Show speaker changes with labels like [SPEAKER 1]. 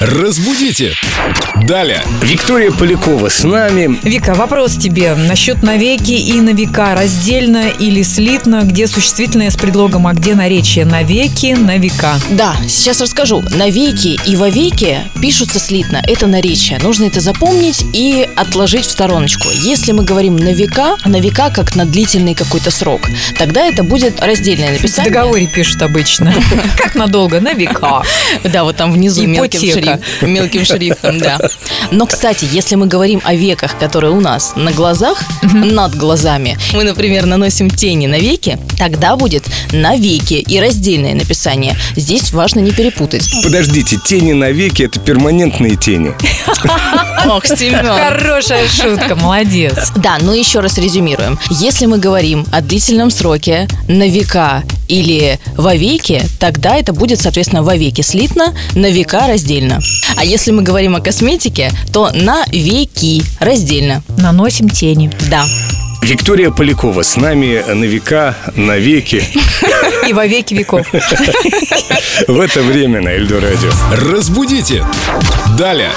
[SPEAKER 1] Разбудите! Далее!
[SPEAKER 2] Виктория Полякова с нами.
[SPEAKER 3] Вика, вопрос тебе насчет навеки и на века. Раздельно или слитно, где существительное с предлогом, а где наречие? Навеки, на века.
[SPEAKER 4] Да, сейчас расскажу. Навеки и вовеки пишутся слитно. Это наречие. Нужно это запомнить и отложить в стороночку. Если мы говорим на века, на века как на длительный какой-то срок, тогда это будет раздельное
[SPEAKER 3] В
[SPEAKER 4] написание.
[SPEAKER 3] договоре пишут обычно. Как надолго? На века.
[SPEAKER 4] Да, вот там внизу мелким,
[SPEAKER 3] Ипотека.
[SPEAKER 4] шрифт- мелким шрифтом, да. Но, кстати, если мы говорим о веках, которые у нас на глазах, над глазами, мы, например, наносим тени на веки, тогда будет на веки и раздельное написание. Здесь важно не перепутать.
[SPEAKER 2] Подождите, тени навеки это перманентные тени.
[SPEAKER 4] Ох, Семен.
[SPEAKER 3] Хорошая шутка, молодец.
[SPEAKER 4] Да, ну еще раз резюмируем. Если мы говорим о длительном сроке, на века или вовеки, тогда это будет, соответственно, вовеки слитно, на века раздельно. А если мы говорим о косметике, то на веки раздельно.
[SPEAKER 3] Наносим тени.
[SPEAKER 4] Да.
[SPEAKER 2] Виктория Полякова с нами на века, навеки.
[SPEAKER 3] И во веки веков.
[SPEAKER 2] В это время на Эльдо Радио.
[SPEAKER 1] Разбудите! Далее!